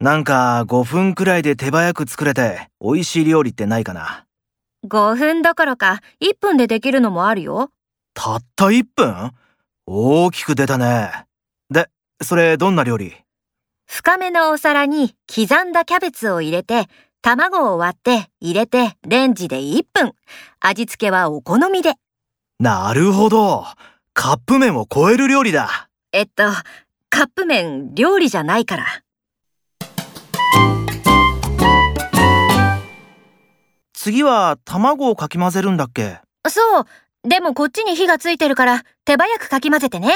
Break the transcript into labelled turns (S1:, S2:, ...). S1: なんか5分くらいで手早く作れて美味しい料理ってないかな。
S2: 5分どころか1分でできるのもあるよ。
S1: たった1分大きく出たね。で、それどんな料理
S2: 深めのお皿に刻んだキャベツを入れて、卵を割って入れてレンジで1分。味付けはお好みで。
S1: なるほど。カップ麺を超える料理だ。
S2: えっと、カップ麺料理じゃないから。
S1: 次は卵をかき混ぜるんだっけ
S2: そう。でもこっちに火がついてるから手早くかき混ぜてね。